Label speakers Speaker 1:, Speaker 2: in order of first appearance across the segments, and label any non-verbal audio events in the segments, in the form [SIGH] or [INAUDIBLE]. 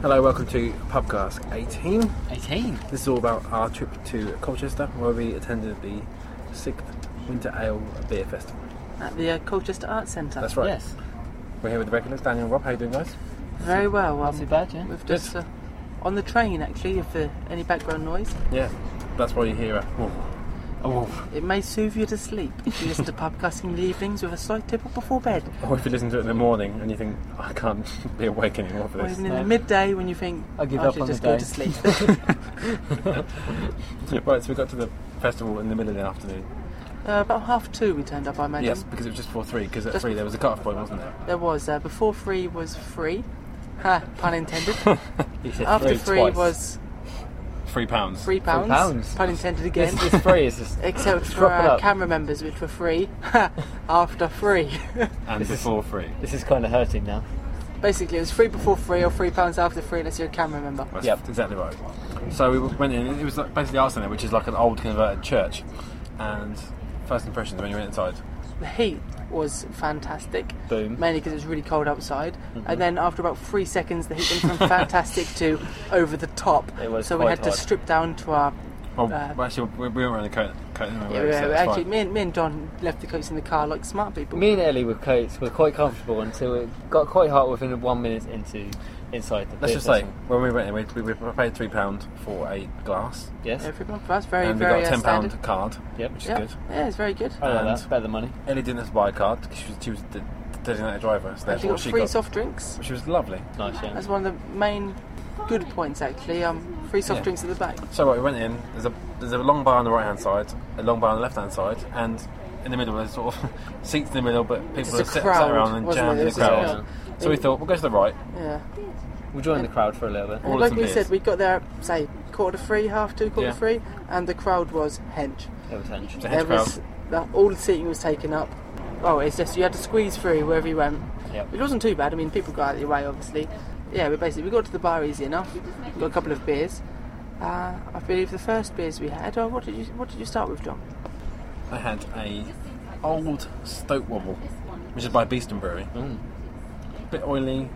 Speaker 1: Hello, welcome to Pubcast 18.
Speaker 2: 18.
Speaker 1: This is all about our trip to Colchester, where we attended the sixth Winter Ale Beer Festival.
Speaker 3: at the uh, Colchester Arts Centre.
Speaker 1: That's right.
Speaker 2: Yes.
Speaker 1: We're here with the regulars, Daniel and Rob. How you doing, guys?
Speaker 3: Very well.
Speaker 2: Not
Speaker 3: um,
Speaker 2: too bad, yeah.
Speaker 3: We've just
Speaker 1: Good.
Speaker 3: uh, on the train actually. If uh, any background noise,
Speaker 1: Yeah, that's why you're here. uh, oh,
Speaker 2: Oh,
Speaker 3: it may soothe you to sleep. If you
Speaker 2: [LAUGHS]
Speaker 3: listen to pubcast in the evenings with a slight tipple before bed,
Speaker 1: [LAUGHS] Or if you listen to it in the morning and you think, I can't [LAUGHS] be awake anymore for
Speaker 3: or
Speaker 1: this.
Speaker 3: even in
Speaker 2: no.
Speaker 3: the midday when you think
Speaker 2: I give
Speaker 3: I
Speaker 2: up
Speaker 3: should
Speaker 2: on the
Speaker 3: just go
Speaker 2: day.
Speaker 3: to sleep.
Speaker 1: [LAUGHS]
Speaker 2: [LAUGHS]
Speaker 1: right, so we got to the festival in the middle of the afternoon.
Speaker 3: uh, about half two, we turned up. I imagine.
Speaker 1: Yes, because it was just before three, because at
Speaker 3: Just-
Speaker 1: three there was a cut-off point, wasn't [LAUGHS] there?
Speaker 3: There was uh, before three was free. Ha, pun
Speaker 2: [LAUGHS]
Speaker 3: intended. After
Speaker 1: three
Speaker 3: three
Speaker 1: twice.
Speaker 3: was
Speaker 1: Three pounds.
Speaker 3: three pounds.
Speaker 2: pounds.
Speaker 3: Pun intended again.
Speaker 2: it's, it's free. It's just [LAUGHS]
Speaker 3: Except for
Speaker 2: Drop it
Speaker 3: uh,
Speaker 2: up.
Speaker 3: camera members, which were free. [LAUGHS] Ha, After free.
Speaker 1: And before three.
Speaker 2: this is kind of hurting now.
Speaker 3: Basically, it was free before free or three pounds after free unless you're a camera member.
Speaker 1: That's
Speaker 2: Yep.
Speaker 1: exactly right. So we went in. It was like basically our centre, which is like an old converted church. And first impressions when you went inside.
Speaker 3: The heat was fantastic,
Speaker 2: Boom.
Speaker 3: mainly because it was really cold outside.
Speaker 1: Mm-hmm.
Speaker 3: And then after about three seconds, the heat went from fantastic to over the top.
Speaker 2: It was
Speaker 3: so we
Speaker 2: quite
Speaker 3: had
Speaker 2: hot.
Speaker 3: to strip down to our.
Speaker 1: Well,
Speaker 3: Uh,
Speaker 1: well, actually, we, we weren't wearing a coat. coat anyway,
Speaker 3: Yeah,
Speaker 1: so
Speaker 3: we-
Speaker 1: that's
Speaker 3: actually,
Speaker 1: fine.
Speaker 3: me and, me and Don left the coats in the car like smart people.
Speaker 2: Me and Ellie with coats were quite comfortable until it got quite hot within one minute into inside the.
Speaker 1: Let's
Speaker 2: beer
Speaker 1: just say
Speaker 2: festival.
Speaker 1: when we went in, we, we paid three pound for a glass,
Speaker 2: Yes.
Speaker 3: Every month for us, very,
Speaker 1: and we got
Speaker 3: very
Speaker 1: a
Speaker 3: uh,
Speaker 1: ten pound
Speaker 3: standard.
Speaker 1: card,
Speaker 2: Yep.
Speaker 1: which is
Speaker 3: Yeah.
Speaker 1: good.
Speaker 3: yeah, it's very good.
Speaker 2: I like
Speaker 1: and-
Speaker 2: that. Better than money.
Speaker 1: Ellie didn't have to buy a card because she was, she was the designated driver, so
Speaker 3: And we
Speaker 1: therefore
Speaker 3: got
Speaker 1: she
Speaker 3: free
Speaker 1: got,
Speaker 3: soft drinks.
Speaker 1: which was lovely.
Speaker 2: Nice. Yeah.
Speaker 3: That's one of the main good points, actually. Um, free soft
Speaker 1: Yeah.
Speaker 3: drinks at the back.
Speaker 1: So right, we went in. There's a there's a long bar on the right hand side, a long bar on the left hand side, and in the middle there's sort of [LAUGHS] seats in the middle, but people
Speaker 3: Just
Speaker 1: are
Speaker 3: a
Speaker 1: sit, sat
Speaker 3: crowd,
Speaker 1: around and
Speaker 3: wasn't
Speaker 1: jammed in the
Speaker 3: it? It was a
Speaker 1: crowd.
Speaker 2: crowd.
Speaker 1: So we thought we'll go to the right.
Speaker 3: Yeah.
Speaker 2: We'll join the crowd for a little bit.
Speaker 1: All
Speaker 3: like
Speaker 1: some
Speaker 3: we
Speaker 1: beers.
Speaker 3: said, we got there at, say quarter to three, half two, quarter
Speaker 1: Yeah.
Speaker 3: to three, and the crowd was hench.
Speaker 2: It was hench.
Speaker 1: It's a
Speaker 3: There
Speaker 1: hedge crowd.
Speaker 3: was uh, all the seating was taken up. Oh, it's just you had to squeeze through wherever you went.
Speaker 2: Yep.
Speaker 3: It wasn't too bad. I mean, people got out of your way, obviously. Yeah, we basically we got to the bar easy enough. Got a couple of beers. Uh, I believe the first beers we had. Oh, what did you what did you start with, John?
Speaker 1: I had a old Stoke Wobble, which is by Beeston Brewery.
Speaker 3: Mm.
Speaker 1: Bit oily,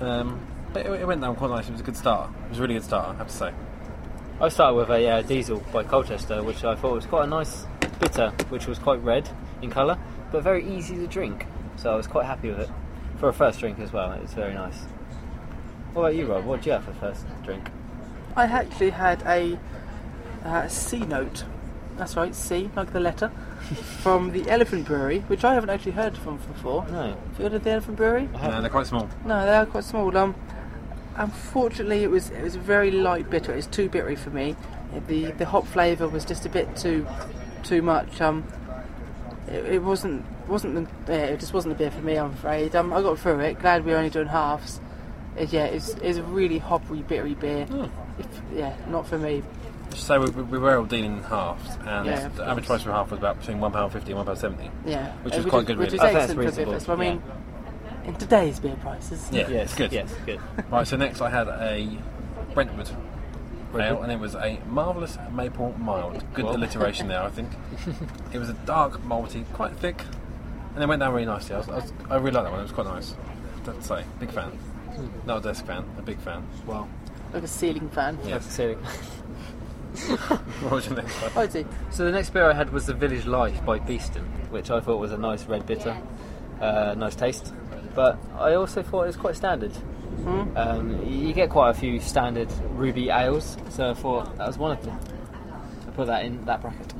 Speaker 1: um, but it, it went down quite nice. It was a good start. It was a really good start, I have to say.
Speaker 3: Uh-huh.
Speaker 2: I started with a uh, diesel by Colchester, which I thought was quite a nice bitter, which was quite red in colour, but very easy to drink. So I was quite happy with it for a first drink as well. It was very nice. What about you, Rob? What did you have for first drink?
Speaker 3: I actually had a uh, C note. That's right, C, like the letter, [LAUGHS] from the Elephant Brewery, which I haven't actually heard from before.
Speaker 2: No,
Speaker 3: Have you heard of the Elephant Brewery?
Speaker 1: No, they're quite small.
Speaker 3: No, they are quite small. Um, unfortunately, it was it was very light bitter. It was too bittery for me. The the hop flavour was just a bit too too much. Um, it, it wasn't wasn't the, yeah, it just wasn't a beer for me. I'm afraid. Um, I got through it. Glad we were only doing halves. Uh, yeah, it's it's a really hoppy bittery beer.
Speaker 1: Oh.
Speaker 3: If, yeah, not for me.
Speaker 1: So we, we- we were all dealing in halves, and
Speaker 3: Yeah, of
Speaker 1: the average price for a half was about between one pound fifty and one pound seventy.
Speaker 3: Yeah,
Speaker 1: Which
Speaker 3: Uh,
Speaker 1: was quite good,
Speaker 3: Which
Speaker 1: really.
Speaker 3: is
Speaker 2: I think that's
Speaker 3: excellent for
Speaker 2: reasonable,
Speaker 3: beer festival. I mean, in today's beer prices.
Speaker 1: Yeah,
Speaker 2: Yes,
Speaker 1: it's good.
Speaker 2: Yes, [LAUGHS] good.
Speaker 1: Right, so next I had a Brentwood ale, and it was a marvellous maple mild. Good
Speaker 2: Well.
Speaker 1: alliteration there, I think. it was a dark malty, quite thick, and it went down really nicely. I, was, I, was, I really liked that one. It was quite nice. I'd say, big fan. Not a desk fan, a big fan. [LAUGHS]
Speaker 2: Wow.
Speaker 3: Like a ceiling fan.
Speaker 1: Yes.
Speaker 2: So,
Speaker 1: what was your next one?
Speaker 3: I do.
Speaker 2: so the next beer I had was the Village Life by Beeston, which I thought was a nice red bitter, uh, nice taste. But I also thought it was quite standard.
Speaker 3: Hmm?
Speaker 2: Um, you get quite a few standard ruby ales, so I thought that was one of them. I put that in that bracket.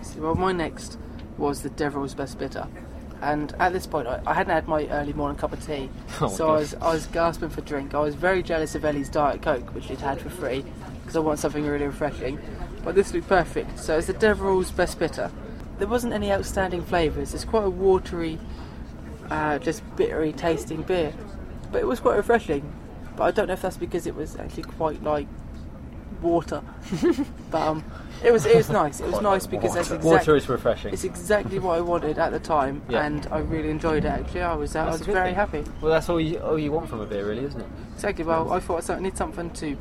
Speaker 3: So, well, my next was the Devil's Best Bitter. And at this point, I, I hadn't had my early morning cup of
Speaker 1: [LAUGHS]
Speaker 3: tea.
Speaker 2: Oh my
Speaker 3: so I
Speaker 2: God.
Speaker 3: was, I was gasping for drink. I was very jealous of Ellie's Diet Coke, which she'd had for free, because I want something really refreshing. But this looked perfect. So it's the Devil's Best Bitter. There wasn't any outstanding flavours. It's quite a watery, uh, just bittery tasting beer. But it was quite refreshing. But I don't know if that's because it was actually quite like
Speaker 1: [LAUGHS]
Speaker 3: water. but um, it was it was nice. It was
Speaker 1: Quite
Speaker 3: nice
Speaker 1: like
Speaker 3: because that's
Speaker 1: water.
Speaker 3: exactly
Speaker 2: Water is refreshing.
Speaker 3: it's exactly what I wanted at the time,
Speaker 2: Yeah.
Speaker 3: and I really enjoyed it. Actually, I was uh, I
Speaker 2: That's
Speaker 3: was
Speaker 2: a good
Speaker 3: very
Speaker 2: thing.
Speaker 3: happy.
Speaker 2: Well, that's all you, all you want from a beer, really, isn't it?
Speaker 3: Exactly. Well, I thought I need something to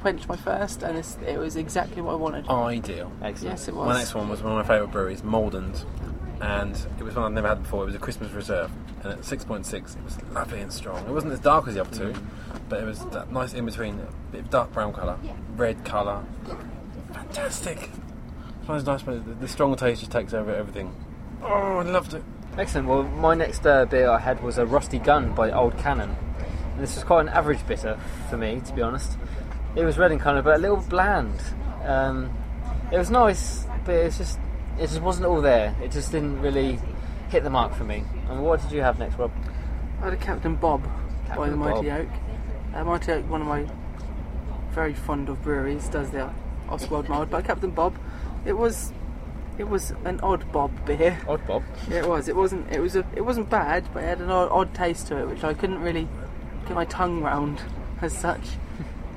Speaker 3: quench my thirst, and it's, it was exactly what I wanted.
Speaker 2: Oh.
Speaker 1: Ideal.
Speaker 2: Excellent.
Speaker 3: Yes, it
Speaker 1: My
Speaker 3: was.
Speaker 1: next one was one of my favourite breweries, Maldon's. and it was one I'd never had before. It was a Christmas reserve, and at 6.6, it was lovely and strong. It wasn't as dark as the other two, but it was that nice in between, bit of dark brown colour, red colour. Fantastic! It's nice when the, the strong taste just takes over everything. Oh, I loved it.
Speaker 2: Excellent. Well, my next uh, beer I had was a Rusty Gun by Old Cannon. And this was quite an average bitter for me, to be honest. It was red in colour, but a little bland. Um, it was nice, but it's just it just wasn't all there. It just didn't really hit the mark for me. And what did you have next, Rob?
Speaker 3: I had a Captain Bob by
Speaker 2: Captain
Speaker 3: the Mighty
Speaker 2: Bob.
Speaker 3: Oak. Uh, Mighty Oak, one of my very fond of breweries, does their Oswald mild. But Captain Bob, it was it was an odd Bob beer.
Speaker 2: Odd Bob.
Speaker 3: Yeah, it was. It wasn't. It was a. It wasn't bad, but it had an odd, odd taste to it, which I couldn't really get my tongue round [LAUGHS] as such.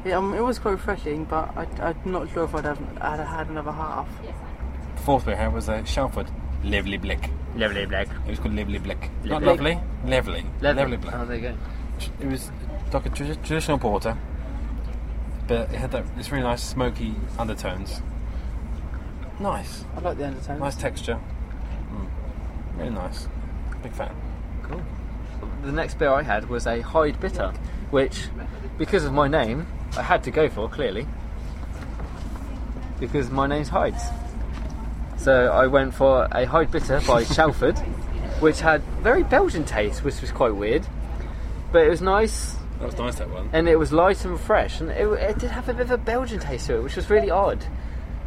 Speaker 3: It, um, it was quite refreshing, but I, I'm not sure if I'd have had, had another half.
Speaker 1: Fourth beer I had was a Shalford Lively Blick.
Speaker 2: Lovely black.
Speaker 1: It was called Lively Blick. Not
Speaker 2: Blick.
Speaker 1: lovely, lively. Lively Blick.
Speaker 2: Oh, there you go.
Speaker 1: It was like a tradi- traditional porter, but it had that, this really nice smoky undertones. Nice.
Speaker 3: I like the undertone.
Speaker 1: Nice texture. Mm. Really nice. Big fan.
Speaker 2: Cool. The next beer I had was a Hyde Bitter, which, because of my name, I had to go for clearly, because my name's Hyde's. So I went for a Hyde Bitter [LAUGHS] by Shalford, which had very Belgian taste, which was quite weird, but it was nice
Speaker 1: That was nice, that one.
Speaker 2: and it was light and fresh, and it, it did have a bit of a Belgian taste to it, which was really odd.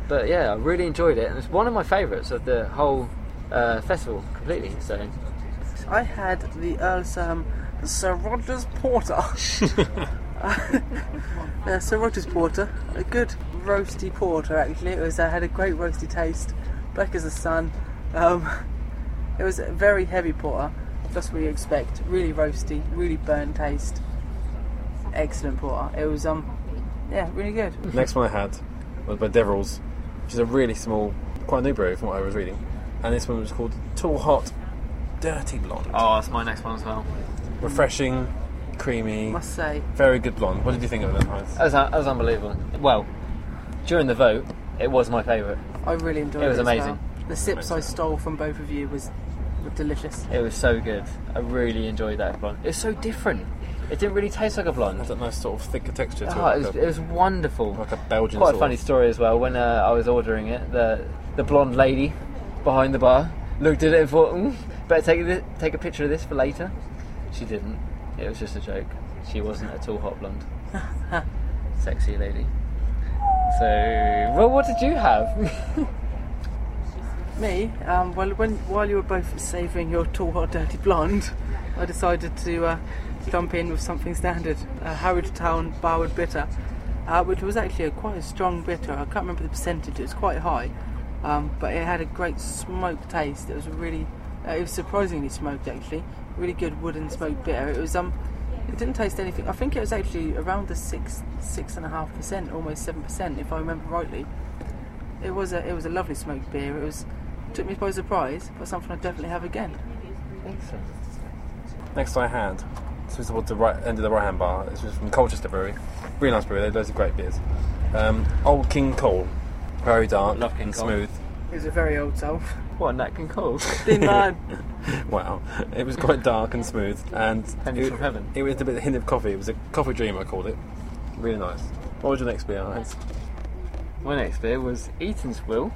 Speaker 2: But yeah, I really enjoyed it, and it's one of my favourites of the whole uh, festival completely. So
Speaker 3: I had the Earl Sam Sir Rogers Porter.
Speaker 2: [LAUGHS]
Speaker 3: yeah, Sir Rogers Porter, a good roasty porter actually. It was. I had a great roasty taste, black as the sun. Um, it was a very heavy porter, just what you expect. Really roasty, really burnt taste. Excellent porter. It was um, yeah, really good.
Speaker 1: Next one I had was by Devil's, which is a really small, quite a new brew from what I was reading. And this one was called Tall Hot Dirty Blonde.
Speaker 2: Oh, that's my next one as well.
Speaker 1: Refreshing, creamy,
Speaker 3: Must say,
Speaker 1: very good blonde. What did you think of that, Heinz?
Speaker 2: That was, that was unbelievable. Well, during the vote, it was my favourite.
Speaker 3: I really enjoyed it.
Speaker 2: It was
Speaker 3: as well.
Speaker 2: amazing.
Speaker 3: The sips I stole from both of you was were delicious.
Speaker 2: It was so good. I really enjoyed that blonde. It's so different. It didn't really taste like a
Speaker 1: It
Speaker 2: blonde.
Speaker 1: had that nice sort of thicker texture to
Speaker 2: Oh,
Speaker 1: it.
Speaker 2: it, was, it was wonderful.
Speaker 1: like a Belgian
Speaker 2: Quite
Speaker 1: sort
Speaker 2: a funny
Speaker 1: of-
Speaker 2: story as well. When uh, I was ordering it, the the blonde lady behind the bar looked at it and thought, mm, "Better take this, take a picture of this for later." She didn't. It was just a joke. She wasn't at all hot
Speaker 1: [LAUGHS]
Speaker 2: blonde. Sexy lady. So, well, what did you have?
Speaker 3: Me, um, well, when while you were both savouring your tall, hot, dirty blonde, I decided to uh, jump in with something standard, uh, Harwich Town Barwood Bitter, uh, which was actually a, quite a strong bitter. I can't remember the percentage; it was quite high, um, but it had a great smoke taste. It was really, uh, it was surprisingly smoked actually. Really good wooden smoked bitter. It was um, it didn't taste anything. I think it was actually around the six, six and a half percent, almost seven percent, if I remember rightly. It was a it was a lovely smoked beer. It was took me by surprise, but something I'd definitely have again.
Speaker 2: Excellent.
Speaker 1: Next I had, this was towards the right end of the right hand bar. This was from Colchester Brewery. Really nice brewery, they had loads of great beers. Um, Old King Cole. Very dark
Speaker 2: Love King
Speaker 1: and
Speaker 2: Cole.
Speaker 1: smooth.
Speaker 3: It was a very old [LAUGHS] self.
Speaker 2: What a
Speaker 1: [LAUGHS]
Speaker 2: napkin cold.
Speaker 3: Thin [LAUGHS] man.
Speaker 1: Wow. It was quite dark and smooth and
Speaker 2: Penny
Speaker 1: it,
Speaker 2: from heaven.
Speaker 1: It was a bit of a hint of coffee. It was a coffee dream I called it. Really nice. What was your next beer? Alex?
Speaker 2: My next beer was Eaton's Will.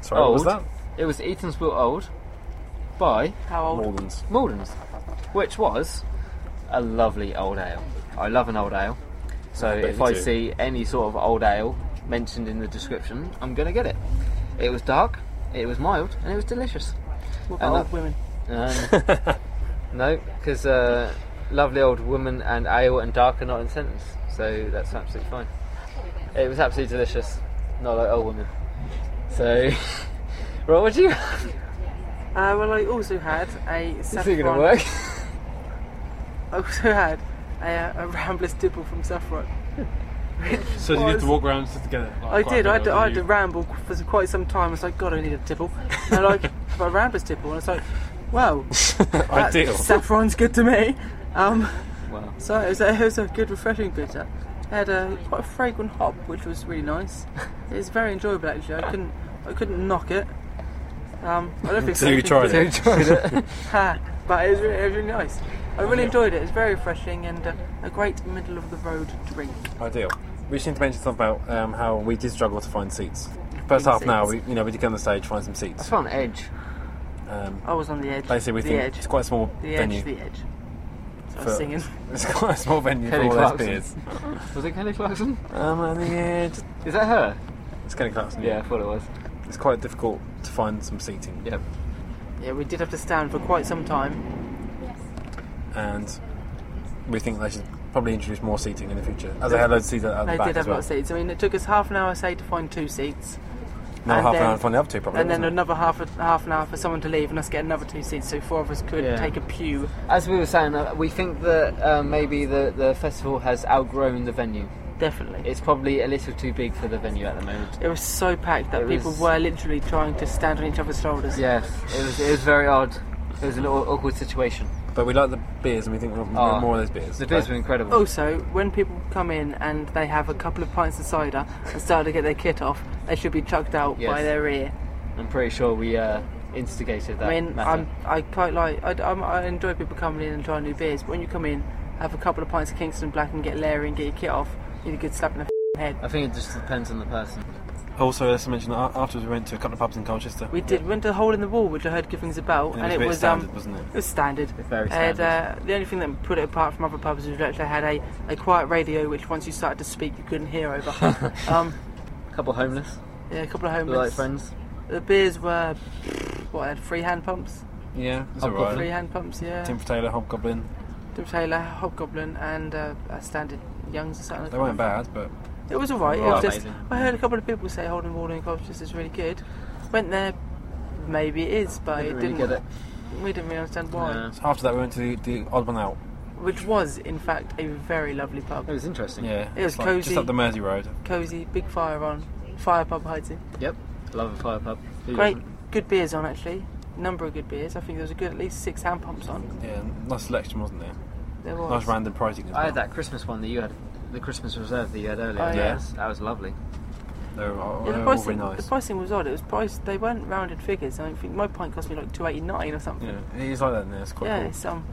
Speaker 1: Sorry, what was that?
Speaker 2: Old. It was Eaton's Will Old by
Speaker 3: How old?
Speaker 1: Morden's.
Speaker 2: Maldon's, which was a lovely old ale. I love an old ale. So
Speaker 1: bet
Speaker 2: if
Speaker 1: you
Speaker 2: I
Speaker 1: do.
Speaker 2: see any sort of old ale mentioned in the description, I'm going to get it. It was dark, it was mild, and it was delicious.
Speaker 3: What
Speaker 2: And that-
Speaker 3: about old women?
Speaker 2: [LAUGHS] Um, no, because uh, lovely old woman and ale and dark are not in sentence, so that's absolutely fine. It was absolutely delicious, not like old woman. So, [LAUGHS] Rob, what do you?
Speaker 3: Uh, well, I also had a.
Speaker 2: This isn't going
Speaker 3: saffron-
Speaker 2: to work.
Speaker 3: [LAUGHS] I also had a, uh, a Ramblers Dibble from Saffron.
Speaker 1: So
Speaker 3: did you have to
Speaker 1: walk around just to get it?
Speaker 3: I did. I had, to, I had to ramble for quite some time. It's like, God, I need a tipple. And like, [LAUGHS] my Ramblers tipple, and it's like, wow, that
Speaker 1: Ideal.
Speaker 3: saffron's good to me. Um,
Speaker 2: [LAUGHS] Wow.
Speaker 3: So it was, a, it was a good, refreshing bitter. It had a quite a fragrant hop, which was really nice. It was very enjoyable actually. I couldn't, I couldn't knock it. Um, I don't think
Speaker 1: So you tried
Speaker 3: So
Speaker 1: it.
Speaker 3: you tried it. [LAUGHS] Ha. but it was, really, it was really nice. I really enjoyed it. It's very refreshing and uh, a great middle of the road drink.
Speaker 1: Ideal. We seem to mention something about um, how we did struggle to find seats. First half an hour, we, you know, we did go on the stage, find some
Speaker 2: It's
Speaker 1: seats.
Speaker 2: on edge.
Speaker 1: Um,
Speaker 3: I was on the edge.
Speaker 1: basically, we
Speaker 3: the
Speaker 1: think
Speaker 3: edge.
Speaker 1: it's quite a small
Speaker 3: the edge.
Speaker 1: venue.
Speaker 3: The edge. So I was
Speaker 1: for-
Speaker 3: singing.
Speaker 1: [LAUGHS]
Speaker 3: [LAUGHS]
Speaker 1: It's quite a small venue
Speaker 2: Kelly
Speaker 1: for all those
Speaker 2: Clarkson.
Speaker 1: beers.
Speaker 2: Was it Kelly Clarkson?
Speaker 1: Um, and yeah, just,
Speaker 2: Is that her?
Speaker 1: it's Kelly Clarkson.
Speaker 2: Yeah, I thought it was.
Speaker 1: It's quite difficult to find some seating.
Speaker 2: Yep.
Speaker 3: Yeah, we did have to stand for quite some time.
Speaker 1: And we think they should probably introduce more seating in the future. As they had loads of seats at the
Speaker 3: They
Speaker 1: back
Speaker 3: did
Speaker 1: as
Speaker 3: have
Speaker 1: well.
Speaker 3: lots of seats. I mean, it took us half an hour, say, to find two seats,
Speaker 1: Now
Speaker 3: and
Speaker 1: half an hour
Speaker 3: then-
Speaker 1: to find the other two, probably.
Speaker 3: and then
Speaker 1: wasn't it?
Speaker 3: another half a, half an hour for someone to leave and us get another two seats, so four of us could
Speaker 2: Yeah.
Speaker 3: take a pew.
Speaker 2: As we were saying, uh, we think that uh, maybe the, the festival has outgrown the venue.
Speaker 3: Definitely.
Speaker 2: It's probably a little too big for the venue at the moment.
Speaker 3: It was so packed that
Speaker 2: It
Speaker 3: people
Speaker 2: was-
Speaker 3: were literally trying to stand on each other's shoulders.
Speaker 2: Yes, it was, it was very odd. It was an aw- awkward situation.
Speaker 1: But we like the beers, and we think we want
Speaker 2: Oh.
Speaker 1: more of those Ah. beers.
Speaker 2: The beers
Speaker 1: So-
Speaker 2: were incredible.
Speaker 3: Also, when people come in and they have a couple of pints of cider and start to get their kit off, they should be chucked out
Speaker 2: Yes.
Speaker 3: by their ear.
Speaker 2: I'm pretty sure we uh, instigated that.
Speaker 3: I mean,
Speaker 2: matter.
Speaker 3: I'm, I quite like, I, I'm, I enjoy people coming in and trying new beers, but when you come in, have a couple of pints of Kingston Black and get leery and get your kit off, you need a good slap in the f***ing head.
Speaker 2: I think it just depends on the person.
Speaker 1: Also, let's mention that a- afterwards we went to a couple of pubs in Colchester.
Speaker 3: We did, went to Hole in the Wall, which I heard give things about,
Speaker 1: And
Speaker 3: and
Speaker 1: it was a
Speaker 3: it
Speaker 1: bit standard,
Speaker 3: was, um,
Speaker 1: wasn't it?
Speaker 3: It was standard.
Speaker 2: Very
Speaker 3: And, uh, the only thing that put it apart from other pubs was that they had a, a quiet radio, which once you started to speak, you couldn't hear
Speaker 1: [LAUGHS]
Speaker 3: over. um,
Speaker 2: A couple homeless,
Speaker 3: yeah, a couple of homeless.
Speaker 2: like friends.
Speaker 3: The beers were what I had three hand pumps,
Speaker 1: Yeah, it's
Speaker 2: Hobgoblin.
Speaker 1: alright.
Speaker 3: three hand pumps. Yeah,
Speaker 1: Tim Taylor, Hobgoblin.
Speaker 3: Tim Taylor, Hobgoblin, and uh, a standard Youngs or something.
Speaker 1: They weren't bad, but
Speaker 3: It was alright. It
Speaker 2: Not
Speaker 3: was just
Speaker 2: amazing.
Speaker 3: I heard a couple of people say Holden Wall in Colchester is really good. Went there, maybe it is, but
Speaker 2: Didn't
Speaker 3: it
Speaker 2: really
Speaker 3: didn't.
Speaker 2: get it.
Speaker 3: We didn't really understand why.
Speaker 2: No.
Speaker 1: so after that we went to the, the Odd One Out.
Speaker 3: Which was, in fact, a very lovely pub.
Speaker 2: It was interesting.
Speaker 1: Yeah,
Speaker 3: It was
Speaker 1: it's like
Speaker 3: cosy.
Speaker 1: Just up the Mersey Road.
Speaker 3: cozy, big fire on, fire pub hiding.
Speaker 2: Yep. Love a fire pub. Who
Speaker 3: Great,
Speaker 2: doesn't?
Speaker 3: good beers on actually. Number of good beers. I think there was a good at least six hand pumps on.
Speaker 1: Yeah, nice selection, wasn't there?
Speaker 3: There was.
Speaker 1: Nice random pricing as well.
Speaker 2: I had that Christmas one that you had, the Christmas reserve that you had earlier.
Speaker 3: Oh, yeah.
Speaker 2: That was- That was lovely.
Speaker 1: They were, all-
Speaker 3: Yeah,
Speaker 1: they were
Speaker 3: the
Speaker 1: all
Speaker 3: pricing,
Speaker 1: Oh, really nice.
Speaker 3: the pricing was odd. It was priced. They weren't rounded figures. I don't think my pint cost me like two eighty nine or something.
Speaker 1: yeah, it is like that in there. It's quite
Speaker 3: Yeah,
Speaker 1: cool.
Speaker 3: it's um,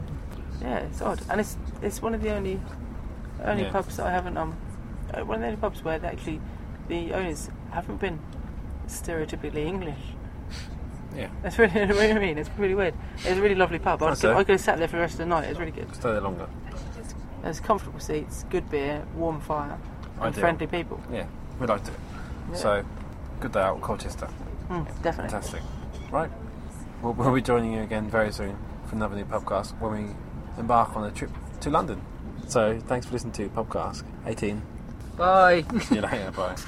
Speaker 3: yeah, it's odd, and it's it's one of the only only
Speaker 1: Yeah.
Speaker 3: pubs that I haven't um, uh, one of the only pubs where they actually the owners haven't been stereotypically English.
Speaker 1: Yeah,
Speaker 3: That's really [LAUGHS] you know what I mean. It's really weird. It was a really lovely pub. I,
Speaker 1: That's
Speaker 3: could,
Speaker 1: it.
Speaker 3: I could have sat there for the rest of the night. It was really good.
Speaker 1: stay there longer.
Speaker 3: There's comfortable seats, good beer, warm fire, and
Speaker 1: Ideal.
Speaker 3: friendly people.
Speaker 1: Yeah, we liked it. So, good day out, Colchester.
Speaker 3: Mm, definitely.
Speaker 1: Fantastic. Right, we'll, we'll be joining you again very soon for another new podcast when we embark on a trip to London. So, thanks for listening to Podcast 18.
Speaker 2: Bye. [LAUGHS]
Speaker 1: See you later. Bye.